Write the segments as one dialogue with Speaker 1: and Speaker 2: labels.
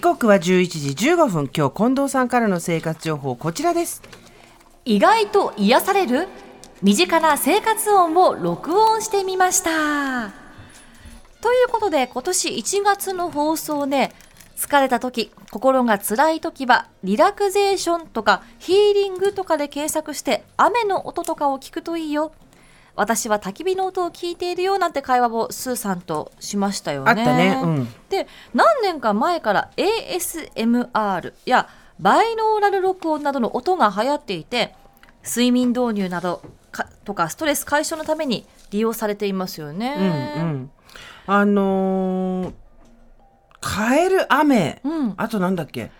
Speaker 1: 刻は11時15分今日近藤さんからの生活情報こちらです
Speaker 2: 意外と癒される身近な生活音を録音してみましたということで今年1月の放送で疲れた時心が辛い時はリラクゼーションとかヒーリングとかで検索して雨の音とかを聞くといいよ私は焚き火の音を聞いているよなんて会話をスーさんとしましたよね。
Speaker 1: あったねうん
Speaker 2: で何年か前から ASMR やバイノーラル録音などの音が流行っていて睡眠導入などかとかストレス解消のために利用されていますよね。
Speaker 1: うんあのーカエル雨、
Speaker 2: うん
Speaker 1: あとなんだっけ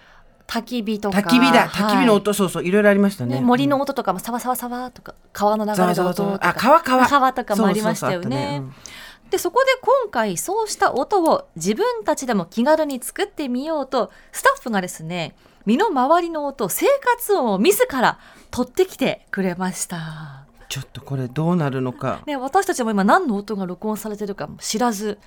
Speaker 2: 焚き火とか
Speaker 1: 焚き火だ焚き火の
Speaker 2: はい
Speaker 1: 音、そうそういろいろありましたね
Speaker 2: ね、森の音とかもサワサワサワとか川の流
Speaker 1: ざ
Speaker 2: れ
Speaker 1: わざ
Speaker 2: の
Speaker 1: わざ
Speaker 2: 音
Speaker 1: わ
Speaker 2: とか
Speaker 1: あ川川
Speaker 2: 川とかもありましたよね
Speaker 1: そうそうそうあった
Speaker 2: でそこで今回そうした音を自分たちでも気軽に作ってみようとスタッフがですね身の回りの音生活音を自ら取ってきてくれました、
Speaker 1: うんちょっとこれどうなるのか
Speaker 2: ね、私たちも今何の音が録音されてるかも知らず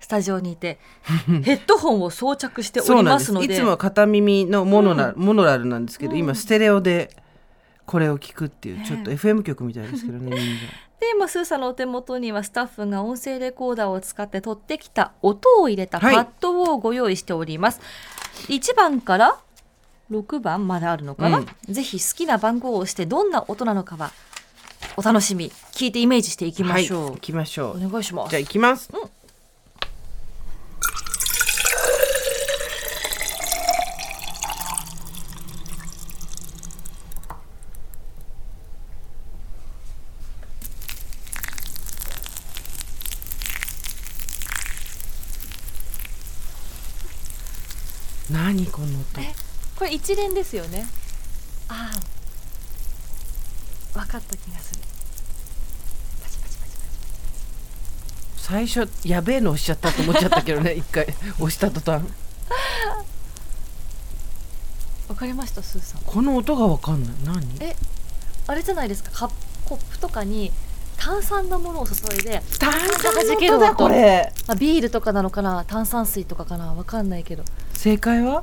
Speaker 2: スタジオにい てヘッドホンを装着してお
Speaker 1: そう
Speaker 2: り
Speaker 1: なん
Speaker 2: ま
Speaker 1: ですす
Speaker 2: ので
Speaker 1: いつもは片耳のモノラ,、モノラルなんですけど、今ステレオでこれを聞くっていうちょっと FM 局みたいですけどねみ んな
Speaker 2: で今スーさんのお手元にはスタッフが音声レコーダーを使って取ってきた音を入れたパ
Speaker 1: はい
Speaker 2: ッドをご用意しております、1番から6番まであるのかな、
Speaker 1: うん
Speaker 2: ぜひ好きな番号を押してどんな音なのかはお楽しみ聞いてイメージしていきましょう、
Speaker 1: はい、行きましょう
Speaker 2: お願いしま
Speaker 1: じゃあ
Speaker 2: す
Speaker 1: 行きます、何この音
Speaker 2: えこれ一連ですよねああ分かった気がするパチパチパチパチ
Speaker 1: 最初やべえの押しちゃったと思っちゃったけど ね一回押した途端
Speaker 2: わかりましたスーさん
Speaker 1: この音がわかんない何
Speaker 2: あれじゃないですかカップコップとかに炭酸のものを注いで、
Speaker 1: 炭
Speaker 2: 酸の音だこ
Speaker 1: れ
Speaker 2: まあ、ビールとかなのかな炭酸水とかかなわかんないけど
Speaker 1: 正解は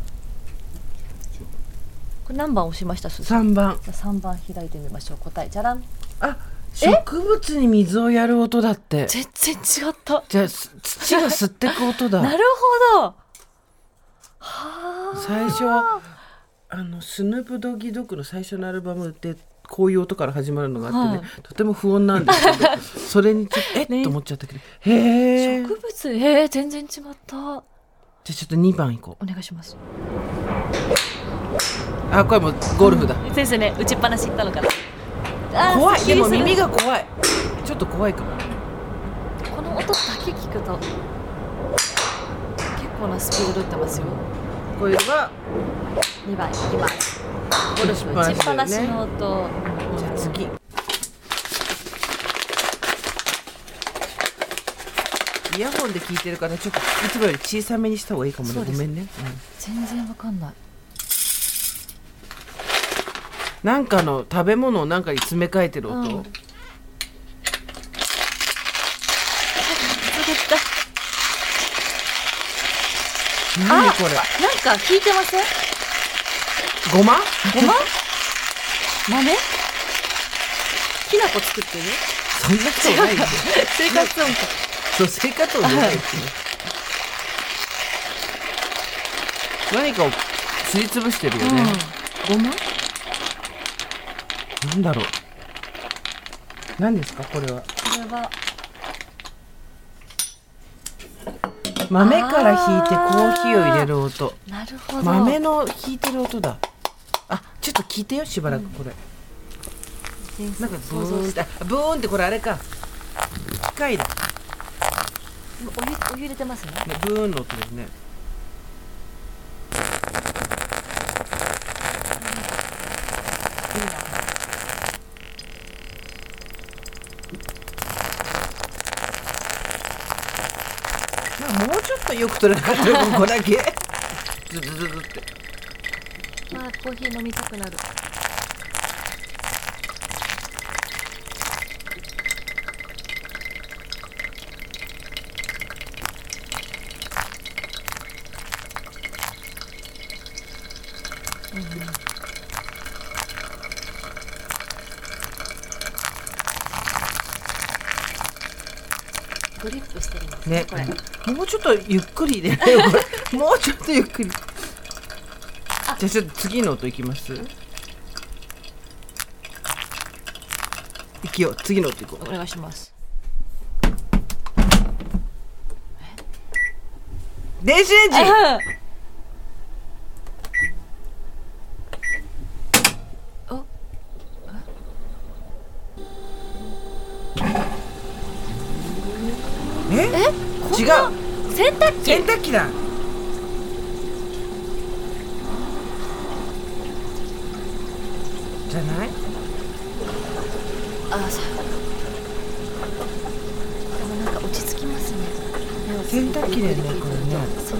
Speaker 2: これ何番押しましたすずさ
Speaker 1: 三
Speaker 2: ん
Speaker 1: 番
Speaker 2: じゃあ3番開いてみましょう答えじゃらん
Speaker 1: あ植物に水をやる音だって
Speaker 2: 全然違った
Speaker 1: じゃあす土が吸ってく音
Speaker 2: な
Speaker 1: だ
Speaker 2: るほどはあ
Speaker 1: 最初はあのスヌープドギドッグの最初のアルバムでこういう音から始まるのがあってね、とても不穏なんですけどそれにちょっとえっ、
Speaker 2: ね
Speaker 1: と思っちゃったけどへえじゃ
Speaker 2: 植物えー、全然違ったお
Speaker 1: あちょっと二番いこう
Speaker 2: 願いします
Speaker 1: あこれもうゴルフだ、
Speaker 2: 先生ね打ちっぱなし行ったのかなあー
Speaker 1: 怖
Speaker 2: す
Speaker 1: いで
Speaker 2: っきり
Speaker 1: も
Speaker 2: する
Speaker 1: 耳が怖いちょっと怖いかも
Speaker 2: この音だけ聞くと結構なスピードで打ってますよ
Speaker 1: これは
Speaker 2: 2番いきますゴルフ
Speaker 1: 打
Speaker 2: 打
Speaker 1: ちっ
Speaker 2: ちっ
Speaker 1: ぱ
Speaker 2: ぱ
Speaker 1: な
Speaker 2: な
Speaker 1: しだ
Speaker 2: し
Speaker 1: よね
Speaker 2: の音、
Speaker 1: じゃあ次イヤホンで聞いてるからちょっといつもより小さめにした方がいいかもね
Speaker 2: そう
Speaker 1: ご
Speaker 2: です
Speaker 1: めんね、うん
Speaker 2: 全然わかんない
Speaker 1: なんかの食べ物をなんかに詰め替えてる音、
Speaker 2: うん
Speaker 1: 何これ
Speaker 2: なんか聞いてません
Speaker 1: ごま
Speaker 2: ごま豆きな粉作ってる
Speaker 1: そんなことない よ
Speaker 2: 生活音か
Speaker 1: そう生活音じゃないですね何かをすりつぶしてるよね、
Speaker 2: うんごま
Speaker 1: なんだろう何ですかこれは
Speaker 2: これは
Speaker 1: 豆から引いてコーヒーを入れる音
Speaker 2: なるほど
Speaker 1: 豆の引いてる音だあちょっと聞いてよしばらくこれ、なんかブ
Speaker 2: 想
Speaker 1: ー
Speaker 2: 像
Speaker 1: ンっ
Speaker 2: して
Speaker 1: てあブーンってこれあれか機械だ、ね、
Speaker 2: お湯お湯入れてますね
Speaker 1: ブーンの音ですね
Speaker 2: いいな
Speaker 1: なんかもうちょっとよく取れなかったよここだけズズズズって
Speaker 2: あーコーヒー飲みたくなるグリップしてるんですね
Speaker 1: ね
Speaker 2: これ。
Speaker 1: もうちょっとゆっくりで、ね、 これもうちょっとゆっくり。じゃあちょっと次の音いきます。いきよう、次の音いこ
Speaker 2: お願いします。
Speaker 1: う。電子レンジ。
Speaker 2: お
Speaker 1: え、
Speaker 2: え
Speaker 1: 違う
Speaker 2: こんな洗濯機
Speaker 1: 洗濯機だ。じゃない。
Speaker 2: あさでもなんか落ち着きますね
Speaker 1: 洗濯機だよねこれね
Speaker 2: 洗濯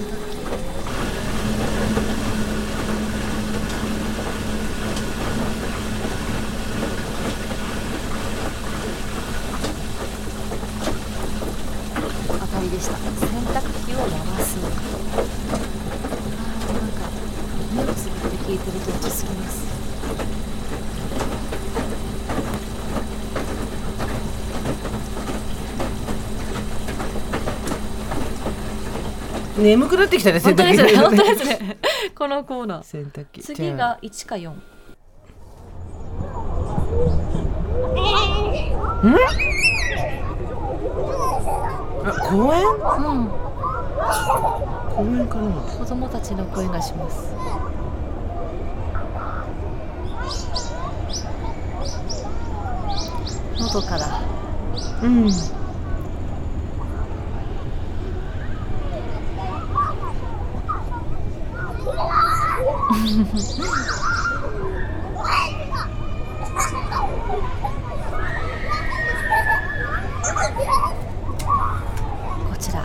Speaker 2: 機当たりでした洗濯機を回すあーなんか目をつぶって聞いてると落ち着きます
Speaker 1: 眠くなってきたね、洗
Speaker 2: 本当
Speaker 1: 濯
Speaker 2: で
Speaker 1: 機。
Speaker 2: すね本当ですねこのコーナ ー
Speaker 1: 洗濯機。
Speaker 2: 次
Speaker 1: じゃあ
Speaker 2: が。1か4
Speaker 1: あ、公園。
Speaker 2: うん
Speaker 1: 公園かな。
Speaker 2: 子供たちの声がします喉から
Speaker 1: うん。
Speaker 2: こちら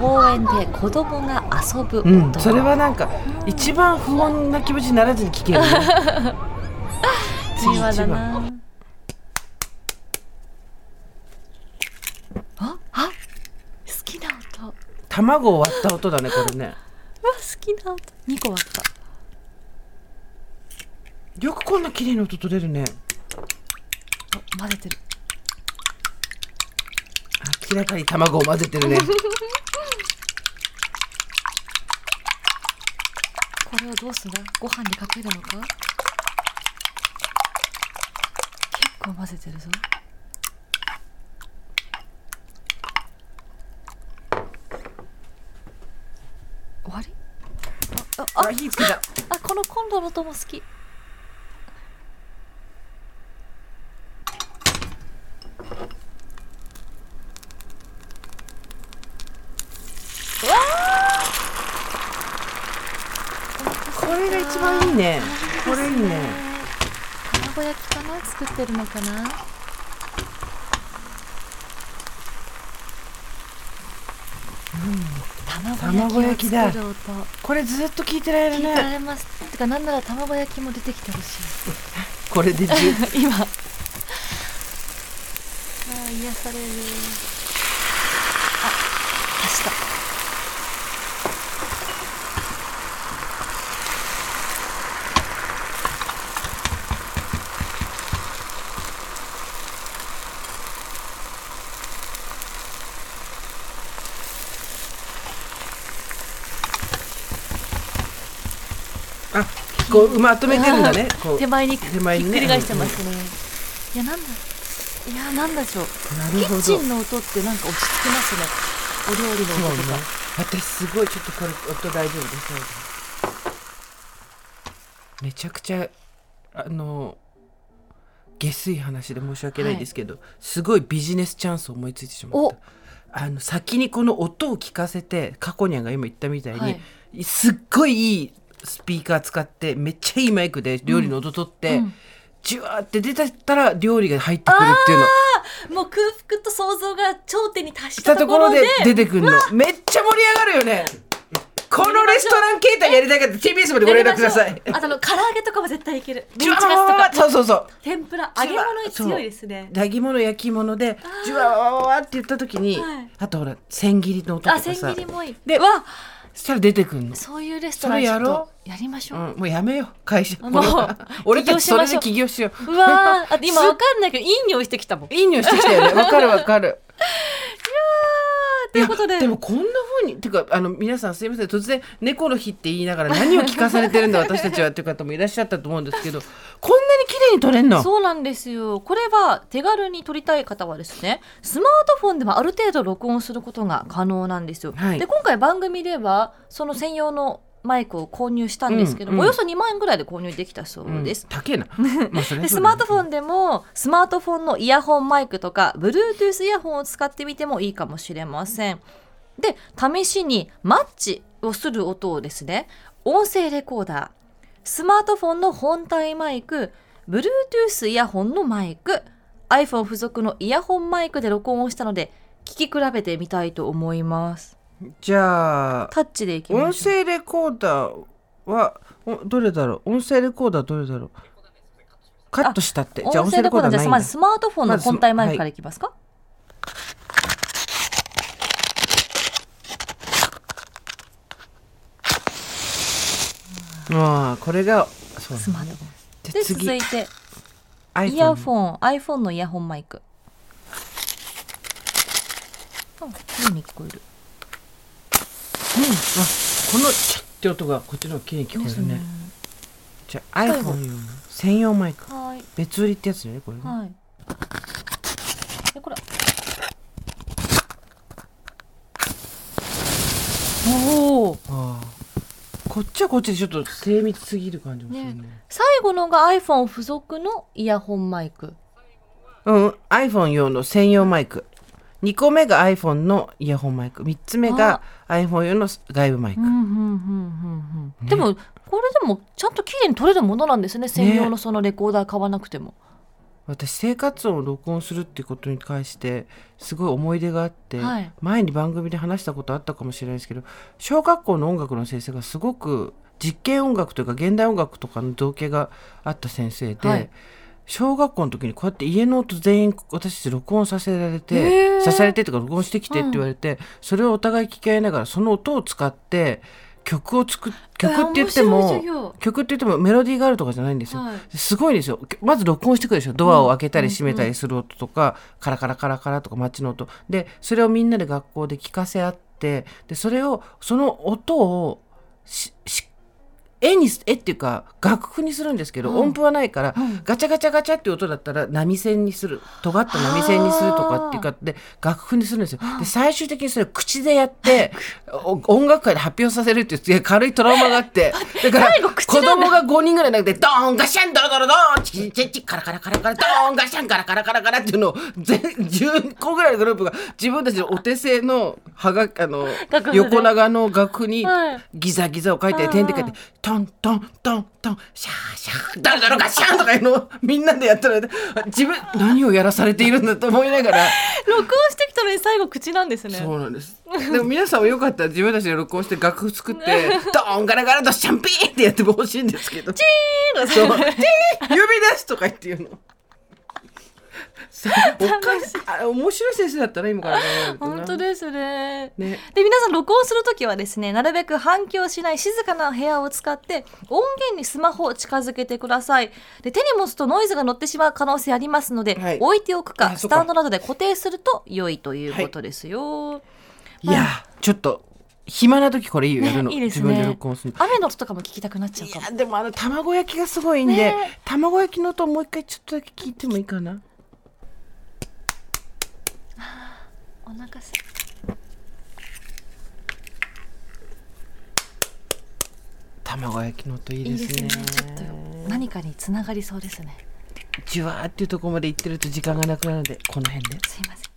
Speaker 2: 公園で子供が遊ぶ音、
Speaker 1: うん、それはなんか一番不穏な気持ちにならずに聞 けるね。
Speaker 2: 平和だなああ好きな音うわ好
Speaker 1: 卵を割った音だねこれね。
Speaker 2: きな音2個割った
Speaker 1: よくこんな綺麗な音取れるね。
Speaker 2: あ混ぜてる
Speaker 1: 明らかに卵を混ぜてるね。
Speaker 2: これをどうするご飯にかけるのか結構混ぜてるぞ終わりあ あ
Speaker 1: あ火つけた。
Speaker 2: ああこのコンロの音も好き
Speaker 1: これが一番いいね。これいいね。
Speaker 2: 卵焼きかな作ってるのかな
Speaker 1: 卵
Speaker 2: 卵
Speaker 1: 焼
Speaker 2: 焼
Speaker 1: き
Speaker 2: きを
Speaker 1: だ
Speaker 2: 作る音
Speaker 1: これずっと聞いてられる
Speaker 2: 聞か
Speaker 1: ね。
Speaker 2: れます、てかなんなら卵焼きも出てきてほし
Speaker 1: これで十。
Speaker 2: い 今あー癒されるあ足した
Speaker 1: あ、こうまとめてるんだね。こう。
Speaker 2: 手
Speaker 1: な
Speaker 2: 前に
Speaker 1: 手前にね
Speaker 2: ひっくり返してますね、いやなんだいやなんだでしょうキ
Speaker 1: るほ
Speaker 2: ッ
Speaker 1: ど。
Speaker 2: チ
Speaker 1: そう
Speaker 2: ン
Speaker 1: ね。
Speaker 2: の音ってなんか落ち着きますねお料理の音とか、
Speaker 1: 私すごいちょっとこれ音大丈夫です。めちゃくちゃあの下水話で申し訳ないですけど、すごいビジネスチャンスを思いついてしまった
Speaker 2: お。
Speaker 1: あの先にこの音を聞かせてカコニャンが今言ったみたいに、
Speaker 2: は
Speaker 1: すっごいいいスピーカー使ってめっちゃいいマイクで料理の音取って、
Speaker 2: うん
Speaker 1: ジュワーって出てったら料理が入ってくるっていうの
Speaker 2: もう空腹と想像が頂点に達し
Speaker 1: したと
Speaker 2: たと
Speaker 1: こ
Speaker 2: こ
Speaker 1: ろ
Speaker 2: ろ
Speaker 1: で
Speaker 2: で
Speaker 1: 出てくるのめっちゃ盛り上がるよねこのレストラン形態やりたい方 TBS までご連絡くださ い
Speaker 2: あとあの唐揚げとかも絶対いけるメン
Speaker 1: ジ
Speaker 2: チ
Speaker 1: ュ
Speaker 2: カ
Speaker 1: ワ
Speaker 2: ツとか
Speaker 1: ーそうそうそう
Speaker 2: 天ぷら揚げ物に強いですね
Speaker 1: 揚げ物焼き物でジュワワワワって言った時に
Speaker 2: はい
Speaker 1: あとほら千切りの音と
Speaker 2: あ
Speaker 1: か
Speaker 2: 千
Speaker 1: さ
Speaker 2: 切りもいい
Speaker 1: で
Speaker 2: わ
Speaker 1: そしたら出てくんの、
Speaker 2: そういうレストラ
Speaker 1: それ
Speaker 2: ンちょ
Speaker 1: や
Speaker 2: っと
Speaker 1: ろ
Speaker 2: やりまし
Speaker 1: う
Speaker 2: ょう。
Speaker 1: ん、もうやめよう会社
Speaker 2: もう
Speaker 1: この 俺たちそれで起業しよう
Speaker 2: う わーあ今わかんないけどいい匂いしてきたもん。
Speaker 1: いい匂いしてきたよねわかるわかる
Speaker 2: ということで
Speaker 1: やでもこんな風にてかあの皆さんすいません突然「猫の日」って言いながら何を聞かされてるんだ私たちはっていう方もいらっしゃったと思うんです けどこんなに綺麗に撮れんの
Speaker 2: そうなんですよこれは手軽に撮りたい方はですねスマートフォンでもある程度録音することが可能なんですよ、
Speaker 1: はい
Speaker 2: で今回番組ではその専用のマイクを購入したんですけども、
Speaker 1: うんうん
Speaker 2: およそ2万円ぐらいで購入できたそうです、
Speaker 1: うん高えな、まあ、それ
Speaker 2: でスマートフォ
Speaker 1: ン
Speaker 2: ンでもスマートフォンのイヤホンマイクとか Bluetooth イヤホンを使ってみてもいいかもしれませんで試しにマッチをする音をですね音声レコーダースマートフォンの本体マイク Bluetooth イヤホンのマイク iPhone 付属のイヤホンマイクで録音をしたので聞き比べてみたいと思います
Speaker 1: じゃあ
Speaker 2: タッチでいきま
Speaker 1: 音
Speaker 2: しょう
Speaker 1: 声レコーダーはおどれだろう音声レコーダーどれだろうカットしたってじゃあ音声レコーダー
Speaker 2: じ
Speaker 1: な
Speaker 2: ゃ
Speaker 1: い
Speaker 2: あ
Speaker 1: ん
Speaker 2: ま
Speaker 1: だ
Speaker 2: ずスマートフォンの本体マイクからいきますか、
Speaker 1: ああこれがそう
Speaker 2: スマートフォン
Speaker 1: じゃ
Speaker 2: で
Speaker 1: あ次
Speaker 2: 続いてイ
Speaker 1: iPhone
Speaker 2: ヤホン iPhone のイヤホンマイクあ綺麗に聞こえる
Speaker 1: あこのチャッって音がこっちの方が綺麗に聞こえるねじゃあ
Speaker 2: 最後
Speaker 1: iPhone 用の専用マイク
Speaker 2: はい
Speaker 1: 別売りってやつだよねこれね、
Speaker 2: はいでこれおお
Speaker 1: ああこっちはこっちでちょっと精密すぎる感じもするね
Speaker 2: 最後のが iPhone 付属のイヤホンマイク
Speaker 1: うん iPhone 用の専用マイク2個目が iPhone のイヤホンマイク3つ目が iPhone 用の外部マイク、
Speaker 2: うんうんうんうんうんでもこれでもちゃんと綺麗に撮れるものなんですね専用のそのレコーダー買わなくても、
Speaker 1: 私生活音を録音するっていうことに関してすごい思い出があって、
Speaker 2: はい
Speaker 1: 前に番組で話したことあったかもしれないですけど小学校の音楽の先生がすごく実験音楽というか現代音楽とかの造形があった先生で、
Speaker 2: はい
Speaker 1: 小学校の時にこうやって家の音全員私たち録音させられ
Speaker 2: へー
Speaker 1: てさせられてとか録音してきてって言われて、それをお互い聞き合いながらその音を使って曲を作っ曲って言って
Speaker 2: えー面白い
Speaker 1: も
Speaker 2: 授業
Speaker 1: 曲って言ってもメロディーがあるとかじゃないんですよ。
Speaker 2: はい
Speaker 1: すごいんですよまず録音してくるでしょドアを開けたり閉めたりする音とか、カラカラカラカラとか街の音でそれをみんなで学校で聞かせ合ってでそれをその音をしし絵に絵っていうか楽譜にするんですけど、
Speaker 2: うん
Speaker 1: 音符はないから、
Speaker 2: うん
Speaker 1: ガチャガチャガチャっていう音だったら波線にする尖った波線にするとかっていうかで楽譜にするんですよで最終的にそれを口でやってお音楽会で発表させるっていうすげえ軽いトラウマがあってだから
Speaker 2: 最後口な
Speaker 1: 子
Speaker 2: ん
Speaker 1: 供
Speaker 2: だ
Speaker 1: が5人ぐらいなくてドーンガシャンドロドロドーンチチチチカラカラカラカラドーンガシャンカラカラカラカラっていうのを全10個ぐらいのグループが自分たちのお手製のはがあの
Speaker 2: 楽譜で
Speaker 1: 横長の楽譜に
Speaker 2: はい
Speaker 1: ギザギザを書いて
Speaker 2: うん
Speaker 1: 点で書いてトントントントンシャーシャードロドロガシャンとかいうのをみんなでやってる自分何をやらされているんだと思いながら。
Speaker 2: 録音してきたのに最後口なんですね
Speaker 1: そうなんです。でも皆さんもよかったら自分たちで録音して楽譜作ってドーンガラガラとシャンピーンってやってほしいんですけど。チーンそう。チーン呼び出すとか言っていうの。そうおかしい。あ面白い先生だったね今から考えるとな
Speaker 2: 本当ですね。
Speaker 1: ね。
Speaker 2: で皆さん録音するときはですねなるべく反響しない静かな部屋を使って音源にスマホを近づけてくださいで手に持つとノイズが乗ってしまう可能性ありますので、
Speaker 1: はい
Speaker 2: 置いておく
Speaker 1: あ
Speaker 2: か
Speaker 1: そ
Speaker 2: ス
Speaker 1: っか
Speaker 2: タンドなどで固定すると良いということですよ、
Speaker 1: いやちょっと暇な時これいいよやるの。
Speaker 2: ねいいですね
Speaker 1: 自分で録音するの。
Speaker 2: 雨の音とかも聞きたくなっちゃう
Speaker 1: い
Speaker 2: かも
Speaker 1: やでもあの卵焼きがすごいんで、
Speaker 2: ね
Speaker 1: 卵焼きの音もう一回ちょっとだけ聞いてもいいかな。
Speaker 2: お腹す
Speaker 1: 卵焼きの音いい
Speaker 2: いい
Speaker 1: で
Speaker 2: ですす
Speaker 1: ね。
Speaker 2: ねちょっと何かにつながりそうですね
Speaker 1: じゅわーっていうところまで行ってると時間がなくなるのでこの辺で。
Speaker 2: すいません